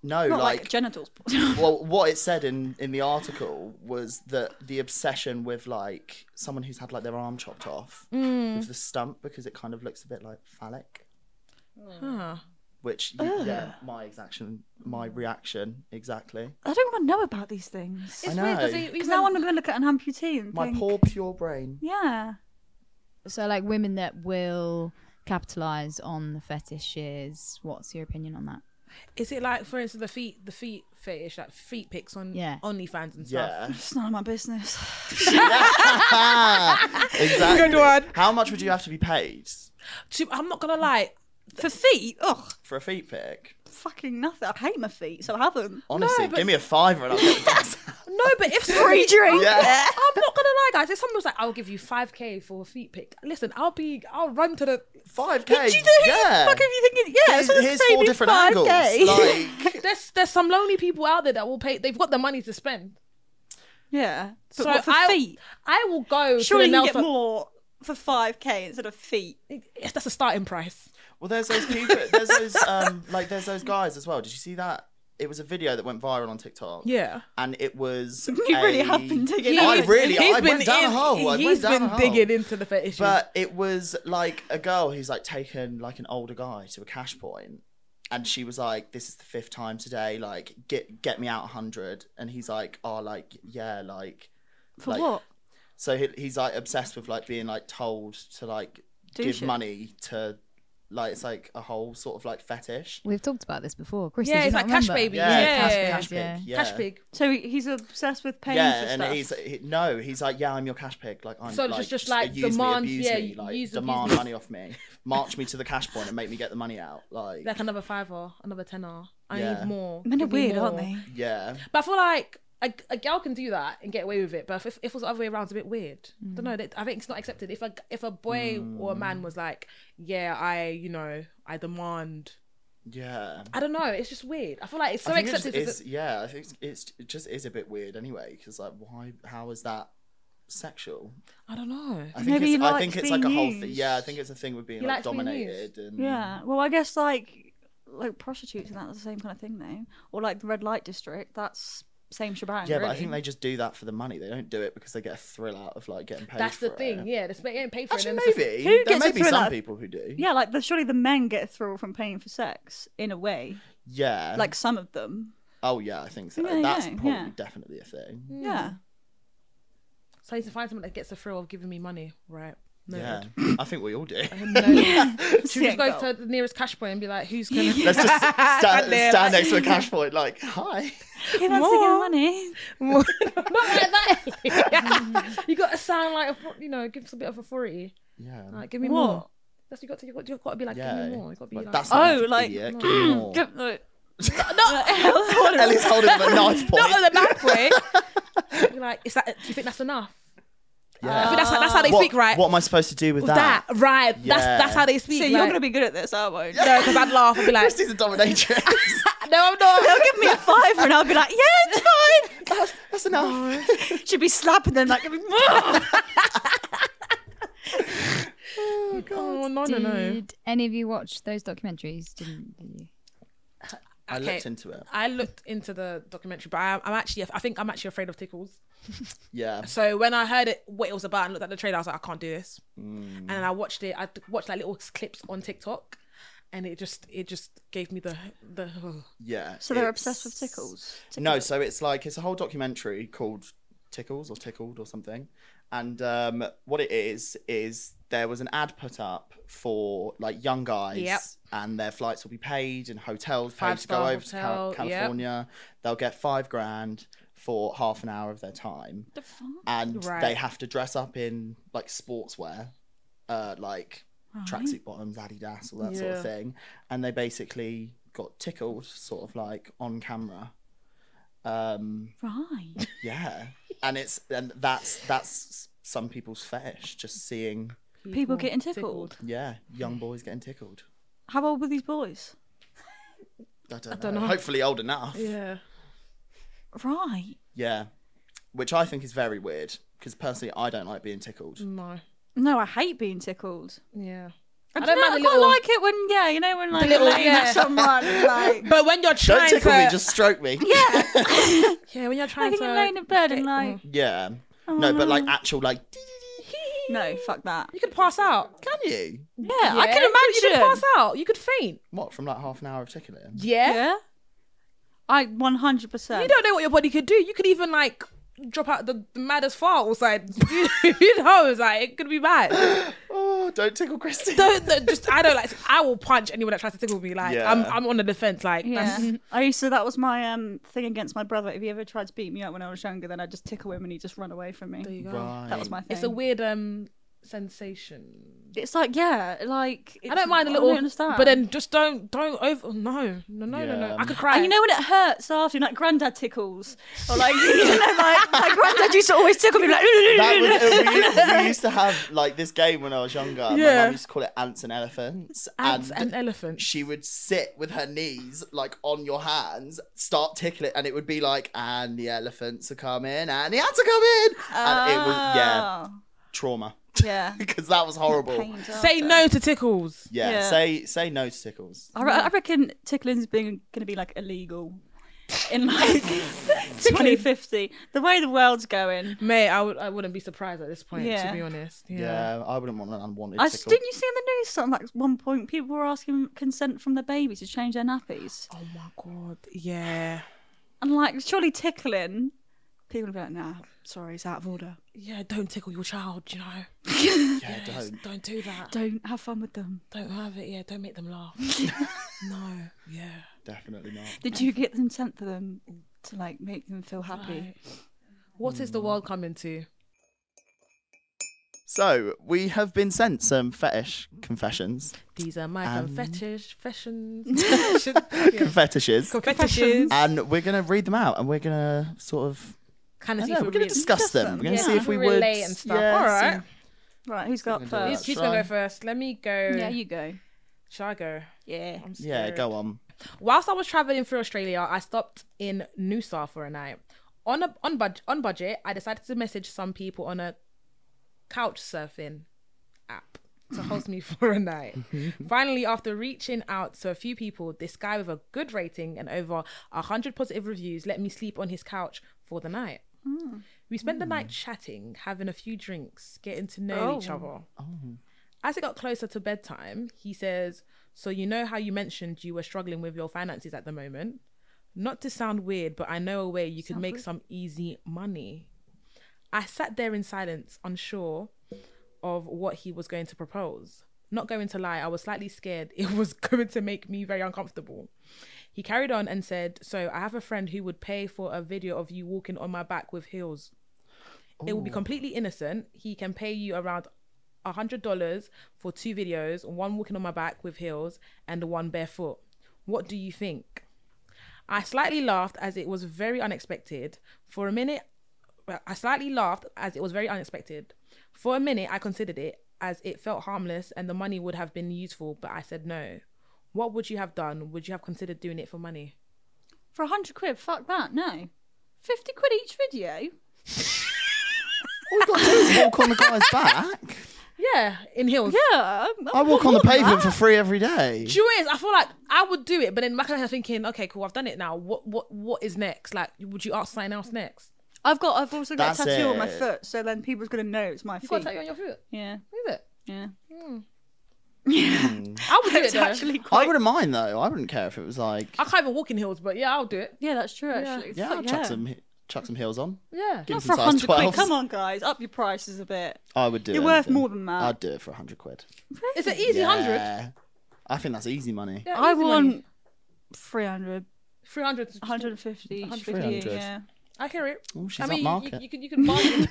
No,
Not like,
like
genitals.
well, what it said in in the article was that the obsession with like someone who's had like their arm chopped off
Mm.
with the stump because it kind of looks a bit like phallic,
Huh.
which you- yeah, my exaction, my reaction exactly.
I don't want to know about these things.
It's
I
weird because
know.
they-
Because now I'm going to look at an amputee and
My
think,
poor pure brain.
yeah.
So like women that will capitalize on the fetishes. What's your opinion on that?
Is it like, for instance, the feet, the feet fetish, like feet pics on
Yeah.
OnlyFans and stuff?
Yeah,
It's none of my business.
exactly.
one.
How much would you have to be paid?
To- I'm not gonna lie,
For feet, ugh,
for a feet pick.
fucking nothing. I hate my feet, so I haven't.
Honestly,
but-
give me a fiver and I'll get it.
No, but if
Free drink.
Yeah.
I'm not gonna lie, guys. If someone's like, "I'll give you five k for a feet pick," listen, I'll be, I'll run to the.
Five k.
Do you know who
Yeah.
the fuck have you thinking? Yeah,
here's
so it's
here's four
maybe
different
5K.
angles. Like,
There's there's some lonely people out there that will pay. They've got the money to spend.
Yeah, but
so
what for
I,
feet?
I will go. to
Surely
the
you can
nail
get
salon-
more for five k instead of feet.
Yes, that's a starting price.
well, there's those people. There's those um, like there's those guys as well. Did you see that? It was a video that went viral on TikTok.
Yeah.
And it was.
You really
a-
have been digging.
I
into it.
really-
He's
I went down a hole. I
He's
went down
been
a hole.
digging into the fetish.
But it was like a girl who's like taken like an older guy to a cash point, and she was like, "This is the fifth time today. Like, get get me out a hundred. And he's like, "Oh, like yeah, like
for
like-
what?
so he, he's like obsessed with like being like told to like
Do
give
shit.
money to like it's like a whole sort of like fetish.
We've talked about this before. Chris,
Yeah,
did you
it's
not
like cash
remember?
baby. Yeah, Yeah,
cash,
yeah,
babies,
Cash pig.
yeah.
Yeah.
cash pig.
So he- he's obsessed with paying
Yeah,
for
and
stuff.
he's he, no, he's like, yeah, I'm your cash pig. Like I'm
So
like,
just- just, like,
abuse
demand-
me, abuse
yeah,
me, like
use-
demand
abuse me.
money off me, march me to the cash point and make me get the money out. Like,
Like another fiver, another tenner. I
Yeah.
need more.
Men are
Give me
weird, aren't
more.
they?
yeah,
But I feel like a, a girl can do that and get away with it. But if, if it was the other way around, it's a bit weird. don't know. I think it's not accepted. If a if a boy
Mm.
or a man was like, yeah, I you know I demand.
yeah.
I don't know. It's just weird. I feel like it's so
I think it just
accepted.
is- yeah, I think it's, it's it just is a bit weird anyway. Because like, why? How is that sexual?
I don't know.
I think
Maybe
it's,
he
I think
likes
it's like a
being
whole thing.
used.
Yeah, I think it's a thing with being
He
like
likes being
dominated and
Yeah. Well, I guess like like prostitutes and that's the same kind of thing though, or like the red light district. That's same shebang.
Yeah, but I
really.
think they just do that for the money. They don't do it because they get a thrill out of like getting paid.
That's the
for it.
thing. Yeah, they ain't paid for
Actually,
it. and it's just-
maybe
Who
there
gets
may
a
be
thrill
some
out of-
people who do.
Yeah, like the, surely the men get a thrill from paying for sex in a way.
Yeah.
Like some of them.
oh yeah, I think so.
Yeah,
That's
yeah,
probably
yeah.
definitely a thing.
Yeah.
So I need to find someone that gets the thrill of giving me money. Right. No.
Yeah, I think we all do.
Should we just
Yeah,
go to the nearest cash point and be like, who's gonna
Let's just stand,
there,
stand next to a cash point, like hi.
Who wants to get money?
Not like that. you got to sound like a- you know, give us a bit of authority.
Yeah.
Like, give me
What?
more. That's what you got to. You got, you got to be like,
yeah.
give me more. You got to be
Like,
like,
that's
Oh,
enough,
like-
idiot. Give me more.
no.
Ellie's holding the knife point.
not in a bad way. Be like, is that? Do you think that's enough? I
yeah.
think that's how, that's how they
what,
speak, right?
What am I supposed to do with,
With that. right?
Yeah.
That's that's how they speak.
So you're
like,
gonna be good at this, aren't you?
no, because I'd laugh. I'd be like,
Christy's a dominatrix.
no, I'm not.
They'll give me a fiver and I'll be like, yeah, it's fine.
that's, that's enough.
She'd be slapping them like,
Oh no, no, no.
Did any of you watch those documentaries? Didn't did you?
I
Okay.
looked into it.
I looked into the documentary, but I'm, I'm actually, I think I'm actually afraid of tickles.
Yeah.
So when I heard it, what it was about, and looked at the trailer, I was like, I can't do this. And then I watched it. I d- watched like little clips on TikTok, and it just, it just gave me the the.
Yeah.
So they're
it's-
obsessed with tickles.
No, so it's like it's a whole documentary called Tickles or Tickled or something. And um, what it is is there was an ad put up for like young guys,
Yep.
and their flights will be paid and hotels paid to go
Five-star
over to Cal-
hotel, yep.
California. They'll get five grand for half an hour of their time, and
Right.
they have to dress up in like sportswear, uh, like tracksuit bottoms, Adidas, all that sort of
Yeah.
thing. And they basically got tickled, sort of like on camera. Um,
right.
yeah, and it's and that's that's some people's fetish, just seeing
People getting tickled.
yeah young boys getting tickled.
How old were these boys?
I don't,
don't
know.
know.
Hopefully old enough.
Yeah.
Right.
Yeah. which I think is very weird because personally I don't like being tickled.
No.
No, I hate being tickled.
Yeah.
And
I
do
don't
you know,
mind
I
the
quite
little-
like it when, yeah, you know, when like
little-
you're laying at
yeah.
someone, like
But when you're
Don't
trying
tickle
to,
me, just stroke me.
yeah, when you're
I
trying
think
to,
you're laying in bed and like,
Yeah. No, but
Oh.
like actual like,
Mm-hmm.
no, fuck that.
you could pass out.
can you?
Yeah, I
Yeah, you could-
can
You could
imagine.
pass out. You could faint.
What from like half an hour of tickling?
Yeah.
Yeah, I 100. percent
You don't know what your body could do. You could even like drop out the, the maddest fart or something. you know, it's like it could be bad.
Oh, don't tickle Christy.
Don't, don't- just I don't like. I will punch anyone that tries to tickle me. Like
Yeah.
I'm, I'm on the defense. Like that's-
Yeah, I used to. That was my um thing against my brother. If he ever tried to beat me up when I was younger, then I'd just tickle him and he'd just run away from me.
There you go.
Right.
That was my thing.
It's a weird um sensation.
It's like yeah, like it's,
I don't mind a
I
little,
understand.
but then just don't don't over. oh, No, no, no, no, no.
Yeah.
I could cry.
And you know when it hurts after, like granddad tickles, or like you know, like my granddad used to always tickle me, like
That was, uh, we, we used to have like this game when I was younger. My
Yeah.
mum used to call it ants and elephants.
ants and elephants.
she would sit with her knees like on your hands, start tickling, and it would be like, and the elephants are coming, and the ants are coming, and it was yeah, trauma
Ah. yeah,
because that was horrible.
Pained
Say
after.
no to tickles.
Yeah,
Yeah.
say say no to tickles.
I, re- I reckon tickling's being going to be like illegal in like 2050. The way the world's going.
Mate, I would I wouldn't be surprised at this point,
Yeah.
to be honest. Yeah.
Yeah, I wouldn't want an unwanted
I
tickle.
didn't you see in the news something like at one point people were asking consent from their babies to change their nappies,
Oh my god. Yeah.
and like surely tickling, people would be like, nah, sorry, it's out of order.
Yeah, don't tickle your child, you know.
yeah, don't.
Don't do that.
Don't have fun with them.
Don't have it. Yeah, don't make them laugh. no. Yeah.
Definitely not.
Did you get them sent for them to like make them feel happy?
What is the world coming to?
So we have been sent some fetish confessions,
These are my
Um,
confetish fashions. yeah.
confetishes,
Confetishes.
and we're gonna read them out, and we're gonna sort of.
Kind
I
of
don't know, we're
we
gonna
really-
discuss them. We're gonna
Yeah,
see if we would
relate and stuff.
yeah,
All right.
see-
Right, who's got
Who's gonna do
Who's,
first?
who's
Try.
gonna go first? Let me go.
Yeah, you go.
Shall I go?
Yeah.
I'm
Yeah,
scared.
go on.
Whilst I was traveling through Australia, I stopped in Noosa for a night. On a, on, bud- on budget, I decided to message some people on a couch surfing app to host me for a night. Finally, after reaching out to a few people, this guy with a good rating and over 100 positive reviews let me sleep on his couch for the night. We spent the night chatting, having a few drinks, getting to know each other. As it got closer to bedtime, he says, So, you know how you mentioned you were struggling with your finances at the moment? Not to sound weird, but I know a way you could make some easy money. I sat there in silence, unsure of what he was going to propose. Not going to lie, I was slightly scared. It was going to make me very uncomfortable. He carried on and said, So, I have a friend who would pay for a video of you walking on my back with heels. It will be completely innocent. He can pay you around a hundred dollars for two videos, one walking on my back with heels and the one barefoot. What do you think? I slightly laughed as it was very unexpected. For a minute, well, I slightly laughed as it was very unexpected. For a minute, I considered it as it felt harmless and the money would have been useful, but I said no. What would you have done? Would you have considered doing it for money?
For a hundred quid, fuck that, no. Fifty quid each video?
All we've got to do is walk on the guy's back.
Yeah, in heels.
Yeah.
I walk on the pavement for free every day.
Do you know what it is? I feel like I would do it, but then my kind of thinking, okay, cool, I've done it now. What what what is next? Like, would you ask something else next?
I've got I've also got
That's
a tattoo on my
it.
foot, so then people's gonna know it's my
You got
feet.
a tattoo on your foot?
Yeah.
Is it?
Yeah.
I would do it
It's
though.
actually
I
quite
wouldn't mind though. I wouldn't care if it was like,
I can't even walk in heels, but yeah, I'll do it.
Yeah, that's true actually.
yeah, I'll
Fuck
chuck some chuck some heels on.
Yeah.
Give
Not for
them
a
some size
hundred
12s.
quid. Come on guys, up your prices a bit.
I would do.
You're worth
anything.
more than that.
I'd do it for hundred quid.
It's an easy hundred.
Yeah. I think that's easy money.
Yeah,
I
easy money.
want 300,
three hundred.
150, 150
300.
yeah.
I hear it.
Oh, she's
I
up
mean, you,
market.
you, you could you could bargain.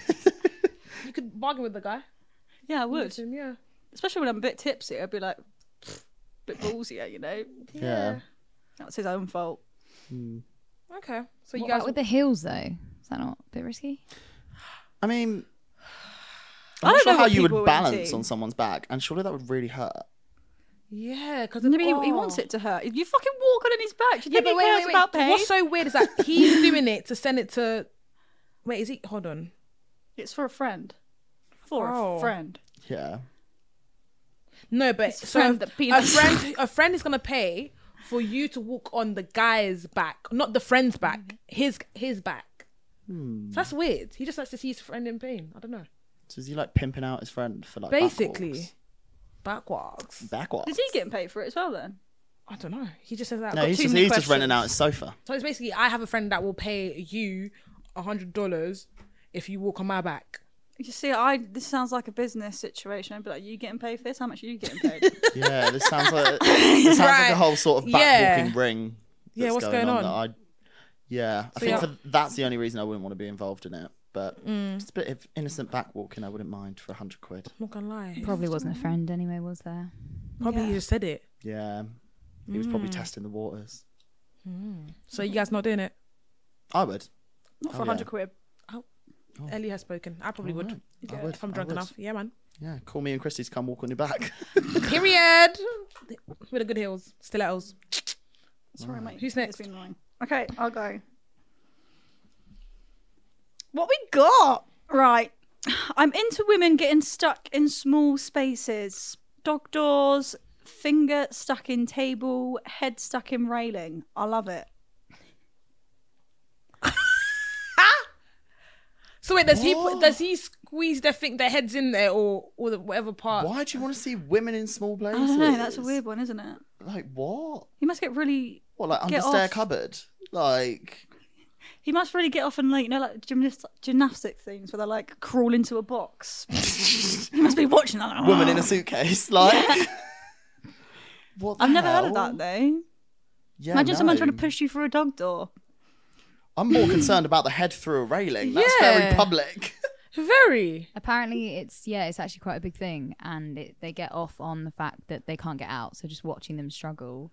you could bargain with the guy.
Yeah, I would.
Yeah.
Especially when I'm a bit tipsy, I'd be like pfft, bit ballsier, you know.
Yeah.
That's his own fault.
Okay. So
What
you guys
about with the heels though? Is that not a bit risky?
I mean,
I
I'm not
don't
sure
know
how
what
you
people
would
would
balance
do.
on someone's back, and surely that would really hurt.
Yeah, because
Maybe he, he wants it to hurt. If you fucking walk on in his back, do you
Yeah,
think
but
he
wait,
cares
wait, wait.
about pain?
What's so weird is that he's doing it to send it to. Wait, is he? Hold on.
It's for a friend. For
Oh.
a friend.
Yeah.
No, but
His
so
friend
a,
that beat us.
friend, a friend is gonna pay for you to walk on the guy's back, not the friend's back, his his back. So that's weird. He just likes to see his friend in pain. I don't know.
So is he like pimping out his friend for like
Basically, backwards.
backwards?
Is he getting paid for it as well then?
I don't know. He just says that.
No, he's
too
just,
many
he's just renting out
questions.
his sofa.
so it's basically, I have a friend that will pay you a hundred dollars if you walk on my back.
You see, I this sounds like a business situation. I'd be like, you getting paid for this? How much are you getting paid?
Yeah, this sounds like this sounds like
Right.
a whole sort of
Yeah.
backwalking ring. That's
Yeah, what's going
that I, yeah,
So
I think
yeah.
for, that's the only reason I wouldn't want to be involved in it. but
Mm.
just a bit of innocent back walking, I wouldn't mind for a hundred quid.
I'm not gonna lie.
Probably wasn't a friend anyway, was there?
Probably
Yeah.
you just said it.
Yeah, he was
Mm.
probably testing the waters.
So you guys not doing it?
I would.
Not for
Oh, yeah.
100 quid.
Ellie has spoken. I probably would.
Alright, Oh. I
Yeah,
would,
If I'm
I
drunk
would.
enough. Yeah, man.
Yeah, call me and Christy to come walk on your back.
Period. With the good heels, stilettos.
Sorry, mate.
Who's next?
It's been annoying. Okay, I'll go. What we got? Right. I'm into women getting stuck in small spaces. Dog doors, finger stuck in table, head stuck in railing. I love it.
So wait, does he put, does he squeeze their think their heads in there or or the, whatever part?
Why do you want to see women in small places?
I don't know. That's a weird one, isn't it?
Like what?
He must get really.
What like under
Get
stair
off.
cupboard? Like
He must really get off and like you know like gymnast- gymnastic things where they like crawl into a box. he must be watching that.
woman in a suitcase? Like what? The
I've never heard of
hell?
that though.
Yeah,
Imagine someone
no.
trying to push you through a dog door.
I'm more concerned about the head through a railing. That's very
Yeah.
public.
Very.
Apparently, it's yeah, it's actually quite a big thing, and it, they get off on the fact that they can't get out, so just watching them struggle.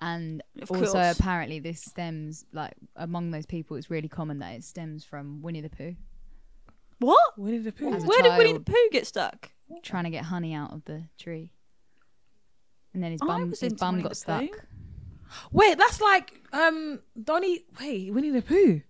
And
Of
also,
course.
apparently, this stems like among those people, it's really common that it stems from Winnie the Pooh
What?
Winnie the Pooh.
As a
Where did Winnie the
child.
Pooh get stuck?
trying to get honey out of the tree, and then his
I
bum
was
his
into
bum
Winnie
got
the
stuck.
Pooh.
Wait, that's like um Donnie. Wait, Winnie the Pooh.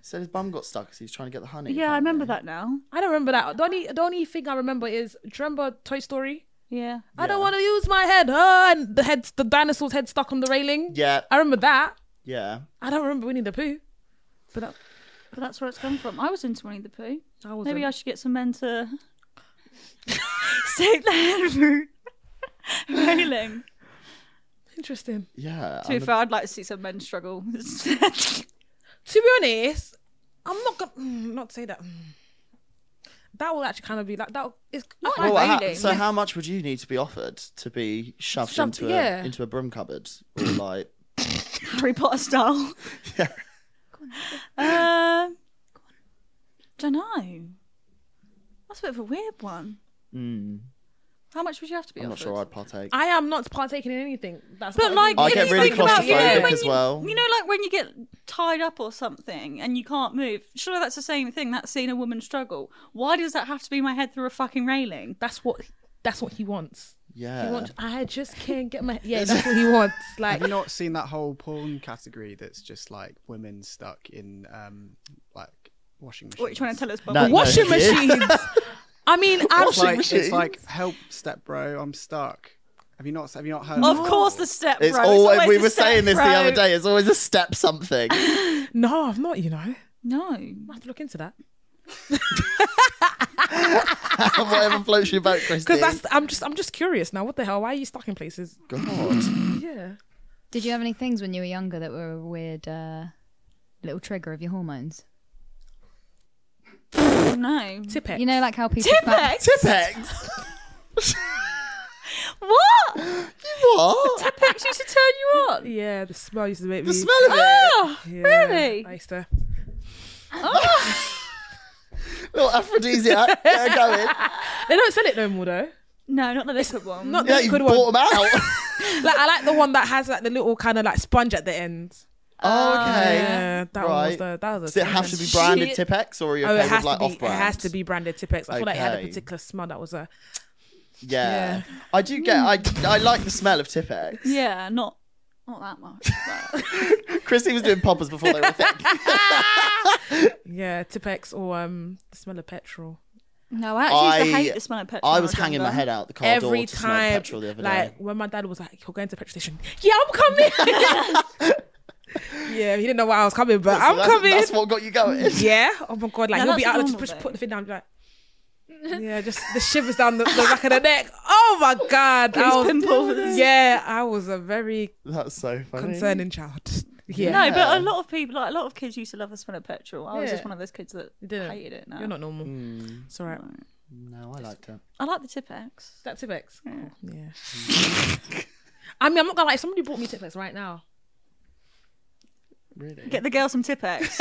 Said his bum got stuck because he was trying to get the honey.
Yeah, I
apparently.
remember that now.
I don't remember that. The only, the only thing I remember is do you remember Toy Story?
Yeah.
I don't want to use my head. Oh, and the head, the dinosaur's head stuck on the railing.
Yeah,
I remember that.
yeah.
I don't remember Winnie the Pooh. But that,
But that's where it's come from. I was into Winnie the Pooh.
I was
Maybe I should get some men to stick their head through railing.
interesting.
Yeah.
To be
I'm a-
fair, I'd like to see some men struggle.
To be honest, I'm not gonna mm, not say that. Mm. That will actually kind of be like that. Is
Not
Well, ha-
railing.
so how much would you need to be offered to be shoved,
Shoved,
into
yeah.
a into a broom cupboard or like
Harry Potter style.
yeah.
Uh, don't know. That's a bit of a weird one.
Mm,
How much would you have to be
I'm not
offered?
sure I'd partake.
I am not partaking in anything. That's
But like,
I
if
get
you
really
think about, you know,
claustrophobic
when
as
you-
well.
You know, like when you get tied up or something and you can't move. Sure, that's the same thing. That's seeing a woman struggle. Why does that have to be my head through a fucking railing?
that's what that's what he wants.
yeah.
He wants. I just can't get my yeah. That's what he wants. Like
Have you not seen that whole porn category that's just like women stuck in um like washing machines?
What are you trying to tell us, Bob?
No, no.
washing
Yeah.
machines. I mean, I've
It's like, it's like help step bro, I'm stuck. Have you not have you not heard
Of
that?
course, the step.
It's
bro.
always,
always
we
the
were
step
saying this the
bro.
other day. It's always a step something.
no, I've not. You know, I
No,
have to look into that
Whatever floats your boat, Christy.
because that's. I'm just. I'm just curious now. What the hell? Why are you stuck in places?
God.
Yeah.
Did you have any things when you were younger that were a weird uh, little trigger of your hormones?
no.
Tippet.
You know, like how people fa-
Tipex.
Pegs.
What?
What?
Tipex used to turn you on.
Yeah, the smell used to make me.
The smell of
Ah!
it.
Oh,
Yeah,
really?
I used to.
Little aphrodisiac. They're going.
They don't sell it no more though.
No, not the liquid one.
Not
Yeah,
the
you
good one.
bought them out.
Like I like the one that has like the little kind of like sponge at the end.
oh, okay.
Yeah, that one was
Right.
the that was.
Does
the
it have to be
sensation.
branded
Shit.
Tipex or are you
Oh,
okay
it has
with like
to be.
off brand?
It has to be branded Tipex. I feel like it had a
Okay.
particular smell that was a.
Yeah. I do get I I like the smell of Tipex.
Yeah, not not that much. but-
Christy was doing poppers before they were a thing.
Yeah, Tipex or um the smell of petrol.
No, I actually used to
I-
hate the smell of petrol.
I
when
was
younger.
hanging my head out the car
Every
door to smell
time,
petrol the other
like
day.
when my dad was like, "You're going to the petrol station." Yeah, I'm coming. yeah, he didn't know why I was coming, but I'm
that's,
coming.
That's what got you going.
Yeah. Oh my god. Like
No,
he'll be out
that's
like, just,
normal,
just
though.
put the thing down. And be like, yeah, just the shivers down the, the back of the neck. Oh my god. I
These
was-
pimples.
yeah, I was a very
That's so funny.
concerning child. Yeah.
No,
Yeah.
but a lot of people, like a lot of kids, used to love the smell of petrol. I was
Yeah.
just one of those kids that
didn't.
hated it. No.
You're not normal.
Mm,
It's all right.
no, I liked it.
I like the Tipex.
That's Tipex. Yeah. I mean, I'm not gonna lie. If somebody bought me Tipex right now,
Really?
Get the girl some Tippex.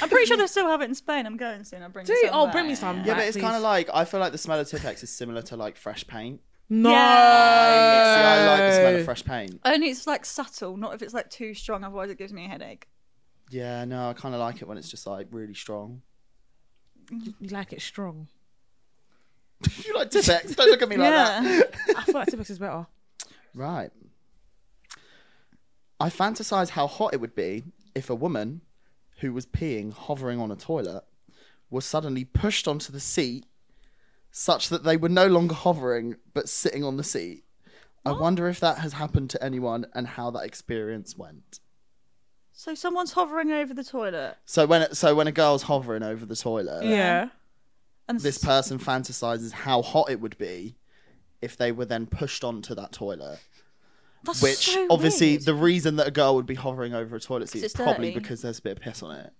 I'm pretty sure they still have it in Spain. I'm going soon. I'll bring
Do
you
you?
some
Oh,
back.
bring me some.
Yeah,
back,
but it's
please.
kind of like I feel like the smell of Tippex is similar to like fresh paint.
no.
Oh.
See, I like the smell of fresh paint.
Only it's like subtle, not if it's like too strong, otherwise it gives me a headache.
Yeah, no, I kind of like it when it's just like really strong.
You like it strong.
you like Tippex? Don't look at me like that.
yeah.
I feel like Tippex is better.
Right. I fantasize how hot it would be if a woman who was peeing hovering on a toilet was suddenly pushed onto the seat such that they were no longer hovering but sitting on the seat. I wonder if that has happened to anyone and how that experience went.
So someone's hovering over the toilet.
So when so when a girl's hovering over the toilet,
Yeah.
And
this person fantasizes how hot it would be if they were then pushed onto that toilet.
That's
Which
so
obviously
weird.
the reason that a girl would be hovering over a toilet seat is
it's
probably
dirty.
because there's a bit of piss on it.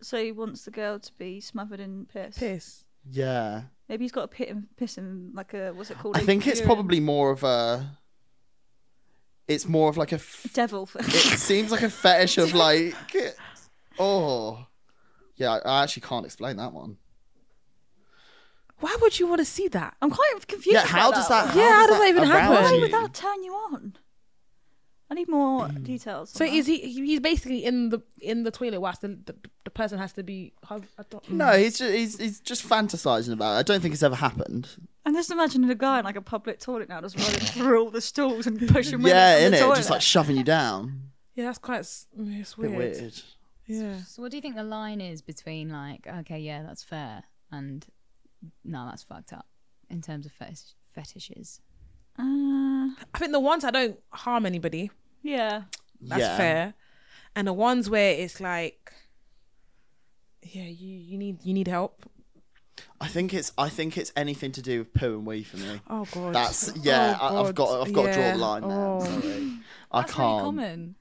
so he wants the girl to be smothered in piss.
Piss.
Yeah.
Maybe he's got a pit and piss in like a what's it called?
I think it's
Urine.
probably more of a it's more of like a f-
devil.
it seems like a fetish of like oh yeah, I- I actually can't explain that one.
Why would you want to see that?
I'm quite confused.
Yeah, how
about
does that?
one.
Yeah, how does that even
arouse
happen?
Why
you?
would that turn you on? I need more details.
So
on
is he? he- He's basically in the in the toilet whilst the the, the person has to be. I don't,
No, he's just he's, he's just fantasizing about it. I don't think it's ever happened.
that. I'm just imagining a guy in like a public toilet now just running through all the stools and pushing. women
yeah,
from the
in it,
toilet.
just like shoving you down.
Yeah, that's quite. s- It's
bit
weird.
weird.
Yeah.
So what do you think the line is between like, okay, yeah, that's fair, and no, that's fucked up in terms of fetish- fetishes?
Uh,
I think the ones I don't harm anybody.
yeah.
That's
yeah.
fair. And the ones where it's like, yeah, you you need you need help.
I think it's I think it's anything to do with poo and wee for me.
Oh god.
That's yeah.
Oh,
I, I've got
God.
I've got to draw
Yeah.
the line there.
Oh.
Sorry. I
That's really
can't.
common.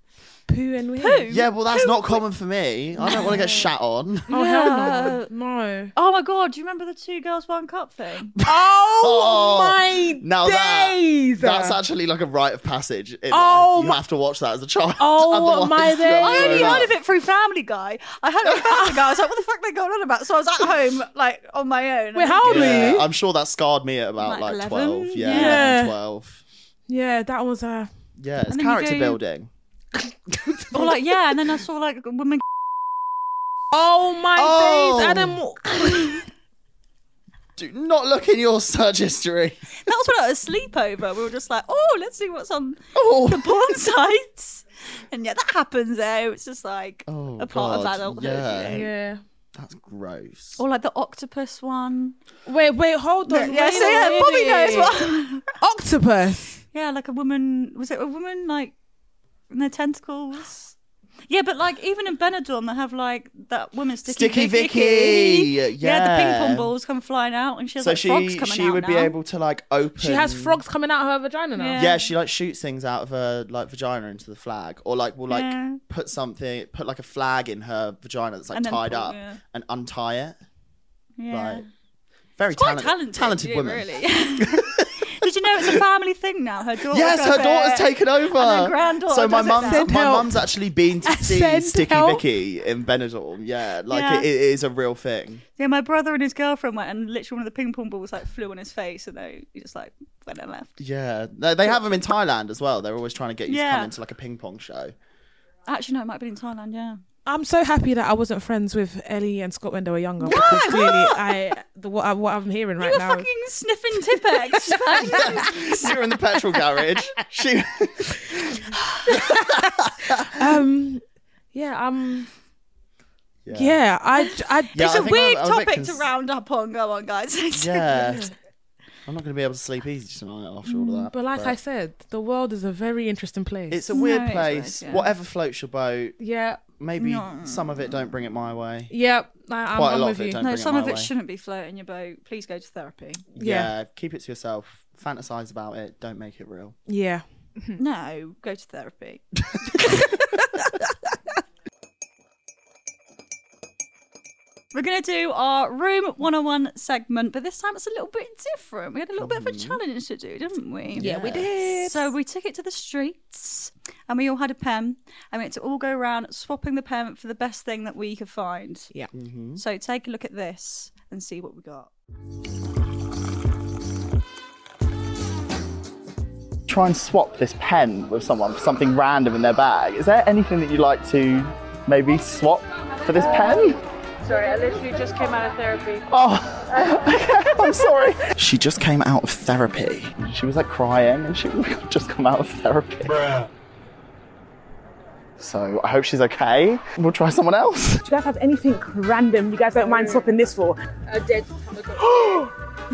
poo and wee.
yeah, well, that's not common for me. I don't want to get shat on.
Oh hell no. No.
Oh my god! Do you remember the two girls one cup thing?
Oh,
Oh,
my
now that-
days.
That's actually like a rite of passage. In
Oh
life. You
my-
have to watch that as a child.
Oh, my
otherwise you'll
days.
I only
grow
heard
up.
of it through Family Guy. I heard it from Family Guy. I was like, what the fuck are they going on about? So I was at home, like on my own.
Wait, how old were
Yeah,
you?
I'm sure that scarred me at about
Like
like,
11?
12. Yeah,
Yeah.
11, 12.
yeah, that was uh
Yeah, it's
And then you
character
go-
building.
Or like, yeah, and then I saw like a woman.
Oh my
Oh.
days, Adam.
Do not look in your search history.
That was when I was sleepover. We were just like, oh, let's see what's on the
Oh,
porn sites. And yeah, that happens though. It's just like
Oh,
a part
God,
of adulthood.
yeah.
You know?
yeah.
that's gross.
Or like the octopus one.
Wait, wait, hold on.
yeah,
wait
so yeah,
a
Bobby knows
minute.
what.
octopus.
yeah, like a woman. Was it a woman like in their tentacles? Yeah, but like even in Benidorm, they have like that woman sticky,
Sticky
Vicky.
Vicky,
the
yeah.
ping pong balls come flying out, and she has
so
like frogs
she
coming
she
out
would be
now.
able to like open.
She has frogs coming out of her vagina now.
Yeah.
Yeah, she like shoots things out of her like vagina into the flag, or like will like
Yeah.
put something, put like a flag in her vagina that's like
And then
tied
pull-
up
yeah.
and untie it.
Yeah.
Like very
Quite
talented,
talented,
talented
you,
woman.
Really. Did you know it's a family thing now? Her daughter.
Yes,
does
her daughter's
it.
taken over.
Oh, And her granddaughter
so my
does it
mum's
now.
my
help.
mum's actually been to see
Send
Sticky
help.
Vicky in Benidorm. Yeah, like
Yeah.
It, it is a real thing.
Yeah, my brother and his girlfriend went, and literally one of the ping pong balls like flew on his face, and they he just like went and left.
Yeah, they, they have them in Thailand as well. They're always trying to get you to
Yeah.
come into like a ping pong show.
Actually, no, it might have been in Thailand. Yeah.
I'm so happy that I wasn't friends with Ellie and Scott when they were younger. Because clearly, I the what, I, what I'm hearing right
You were
now.
fucking sniffing Tippex.
You're in the petrol garage. She.
Um, yeah, um,
Yeah.
yeah, I, I,
Yeah,
it's
I
a
think
weird
I- I was a bit
topic to
cons-
round up on. Go on, guys.
Yeah. I'm not going to be able to sleep easy tonight after
Mm,
all of that.
but like I said, the world is a very interesting place.
it's a
No,
weird
it's
place.
nice, yeah.
Whatever floats your boat,
yeah,
maybe
No.
some of it don't bring it my way.
yeah. I, I'm,
Quite a
I'm
lot
with
of it
you.
don't
no,
bring
some
it my
of
way.
it shouldn't be floating your boat. Please go to therapy.
Yeah.
yeah, keep it to yourself. Fantasize about it. Don't make it real.
Yeah. Mm.
no, go to therapy. We're going to do our Room 101 segment, but this time it's a little bit different. We had a little bit of a challenge to do, didn't we?
Yeah, we Mm-hmm. did.
So we took it to the streets and we all had a pen, and we had to all go around swapping the pen for the best thing that we could find.
Yeah.
So take a look at this and see what we got.
Try and swap this pen with someone for something random in their bag. Is there anything that you'd like to maybe swap for this pen?
Sorry, I literally just came out of therapy.
Oh, I'm sorry. She just came out of therapy. She was like crying and she was like, "I've just come out of therapy. So I hope she's okay. We'll try someone else.
Do you guys have anything random you guys don't mind swapping this for? A dead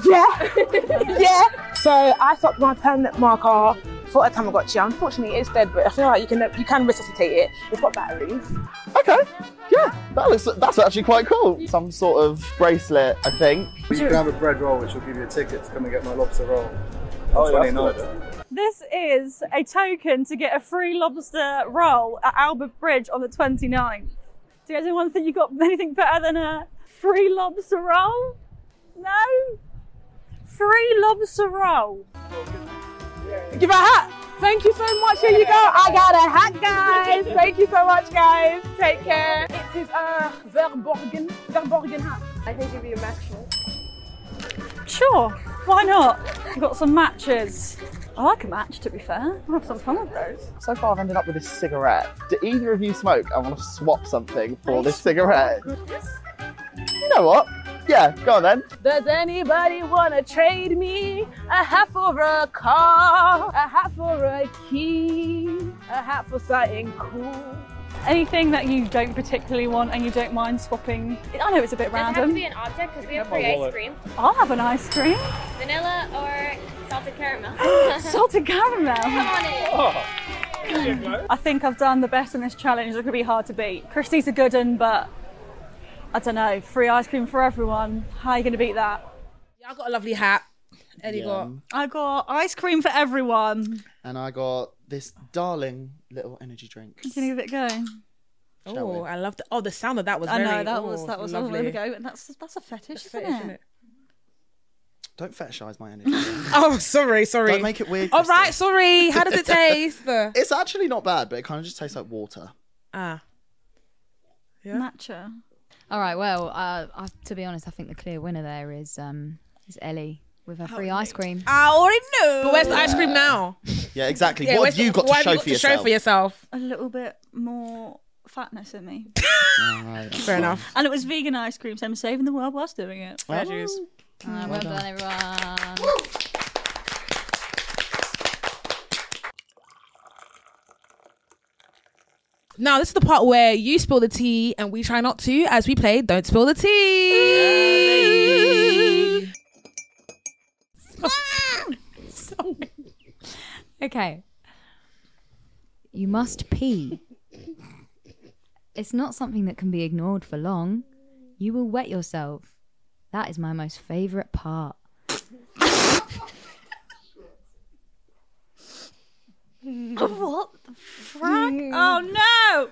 Yeah, yeah. So I swapped my permanent marker for a Tamagotchi. Unfortunately, it's dead, but I feel like you can you can resuscitate it. It's got batteries.
Okay. Yeah, that looks that's actually quite cool. Some sort of bracelet, I think.
You can have a bread roll, which will give you a ticket to come and get my lobster roll. Oh, yeah,
This is a token to get a free lobster roll at Albert Bridge on the 29th. Do you guys anyone think you got anything better than a free lobster roll? No? Free lobster roll.
Give her a hat. Thank you so much. Here you go. I got a hat, guys. Thank you so much, guys. Take care. It is a Verborgen Verborgen hat.
Sure, why not? We've got some matches. I like a match, to be fair. I'll have some fun with those.
So far I've ended up with a cigarette. Do either of you smoke? I want to swap something for this cigarette. You know what? Yeah, go on then.
Does anybody wanna trade me a hat for a car, a hat for a key, a hat for something cool?
Anything that you don't particularly want and you don't mind swapping. I know it's a bit
Does it have to
random.
be an object? Because we have free ice cream.
I'll have an ice cream.
Vanilla or salted caramel.
Salted caramel.
Come on in.
I think I've done the best in this challenge. It's going to be hard to beat. Christie's a good one, but I don't know. Free ice cream for everyone. How are you going to beat that?
I got a lovely hat. Eddie got.
I got ice cream for everyone.
And I got this darling little energy drink.
Can you give it a go?
shall we?
Oh, I love the. Oh, the sound of that was.
I know
very-
that
oh,
was that was
lovely.
lovely. a go, and that's that's a fetish, isn't,
Fetish,
it?
innit?
Don't fetishize my energy. drink.
Oh, sorry, sorry.
Don't make it weird.
All right,
Kristen.
sorry. How does it taste? The-
It's actually not bad, but it kind of just tastes like water.
ah,
Matcha.
All right. Well, uh, I, to be honest, I think the clear winner there is um, is Ellie with her free ice cream.
I already knew. But where's the ice cream now?
Yeah, exactly.
Yeah,
what
where's
have you
the-
got to
what have
show
you
for yourself?
for yourself?
A little bit more fatness in me.
Fair enough.
And it was vegan ice cream, so I'm saving the world whilst doing it.
Fair dues.
Uh, well done, everyone.
Now this is the part where you spill the tea and we try not to, as we play "Don't Spill the Tea." Sorry.
Okay. You must pee. it's not something that can be ignored for long. You will wet yourself. That is my most favourite part.
Oh no,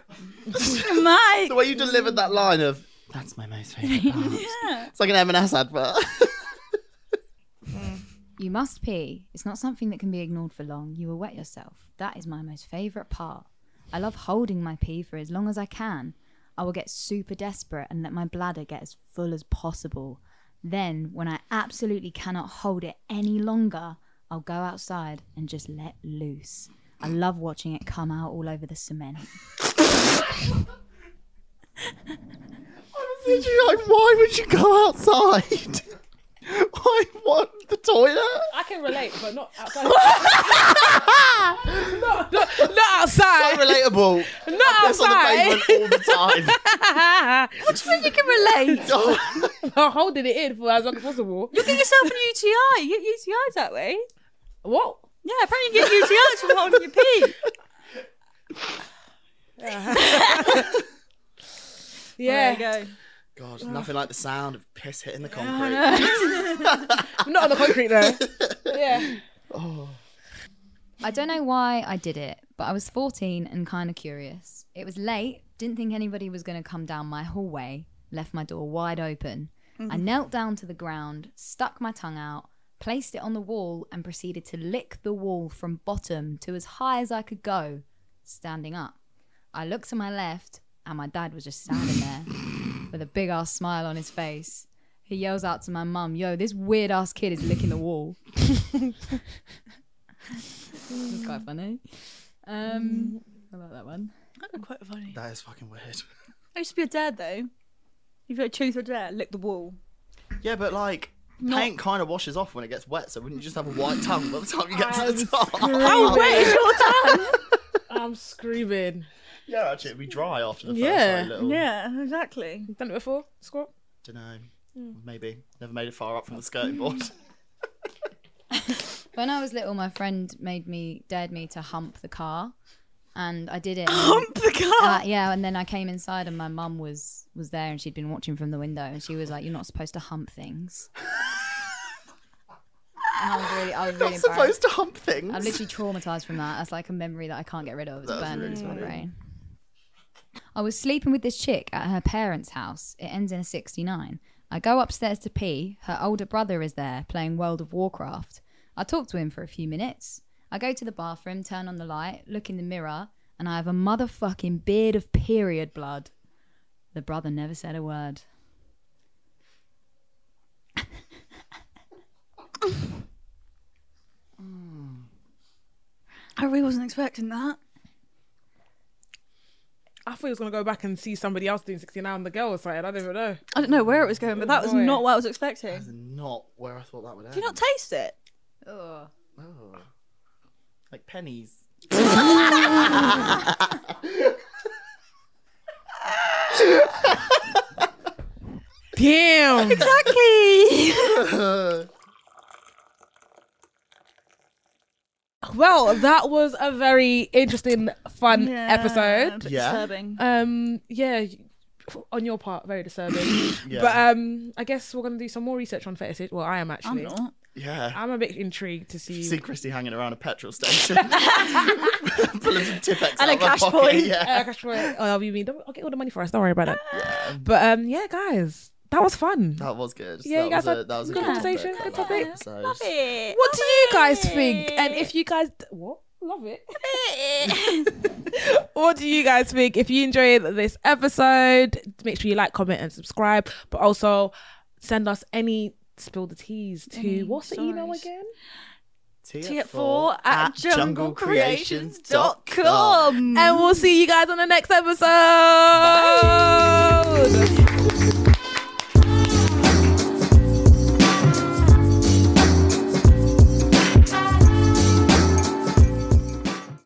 Mike!
The way you delivered that line of "That's my most favorite part." It's like an M&S advert.
You must pee. It's not something that can be ignored for long. You will wet yourself. That is my most favourite part. I love holding my pee for as long as I can. I will get super desperate and let my bladder get as full as possible. Then, when I absolutely cannot hold it any longer, I'll go outside and just let loose. I love watching it come out all over the cement.
Did you like? Why would you go outside? Why? What? The toilet?
I can relate, but not outside. not, not, not outside.
So relatable.
not
That's on the
outside.
pavement all the time.
you can relate.
Oh,
I'm holding it in for as long as possible.
You get yourself an UTI. You get UTIs that way.
What?
Yeah, apparently you get UTIs from holding your pee.
Yeah.
There you go.
God, nothing like the sound of piss hitting the concrete.
Not on the concrete though. yeah.
I don't know why I did it, but I was 14 and kind of curious. It was late, didn't think anybody was going to come down my hallway, left my door wide open. I knelt down to the ground, stuck my tongue out, placed it on the wall, and proceeded to lick the wall from bottom to as high as I could go, standing up. I looked to my left, and my dad was just standing there with a big ass smile on his face. He yells out to my mum, "Yo, this weird ass kid is licking the wall." It's quite funny. Um, I like that one.
quite funny.
That is fucking weird.
I used to be a dad though. You've got truth or dare, lick the wall.
Yeah, but like paint kind of washes off when it gets wet, so wouldn't you just have a white tongue by the time you get to the top?
How wet is your tongue? I'm screaming.
yeah, actually, it'd be dry after the first
Yeah,
like, little.
Yeah, exactly.
You've done it before, squat.
Don't know. Maybe never made it far up from the skirting board.
When I was little, my friend made me dared me to hump the car, and I did it. and-
the car.
Uh, yeah, and then I came inside, and my mum was was there, and she'd been watching from the window, and she was like, "You're not supposed to hump things." and I was really, I was really
Not
embarrassed.
supposed to hump things.
I'm literally traumatized from that. That's like a memory that I can't get rid of. It's
That's
burned
really
into my
funny.
brain. I was sleeping with this chick at her parents' house. It ends in a 69. I go upstairs to pee. Her older brother is there playing World of Warcraft. I talk to him for a few minutes. I go to the bathroom, turn on the light, look in the mirror, and I have a motherfucking beard of period blood. The brother never said a word.
I really wasn't expecting that.
I thought he was gonna go back and see somebody else doing 69, the girl or something. I don't even know.
I don't know where it was going, but that was
boy.
not what I was expecting.
Not where I thought that would end.
Do you not taste it?
Ugh.
Oh. Like pennies.
Damn.
Exactly.
well, that was a very interesting, fun episode.
Yeah.
Disturbing.
Um, yeah, on your part, very disturbing.
Yeah.
But um, I guess we're gonna do some more research on fetishes. Well, I am actually.
I'm not.
yeah.
I'm a bit intrigued to see.
See Christy hanging around a petrol station. Pulling some Tipex out
And a
of her
cash
pocket,
point.
Yeah.
Uh, cash for it. Oh, you mean? I'll get all the money for us. Don't worry about it. But um, yeah, guys, that was fun.
That was good.
Yeah, you
that was
guys
a,
had
that was a
good
good
conversation, good
topic. I like
topic.
that episode.
What do you guys think? And if you guys what love it, what do you guys think? If you enjoyed this episode, make sure you like, comment, and subscribe. But also send us any spill the teas to
Mm-hmm.
what's the email
stories.
again?
TF4 at
junglecreations.com.
junglecreations.com.
And we'll see you guys on the next episode.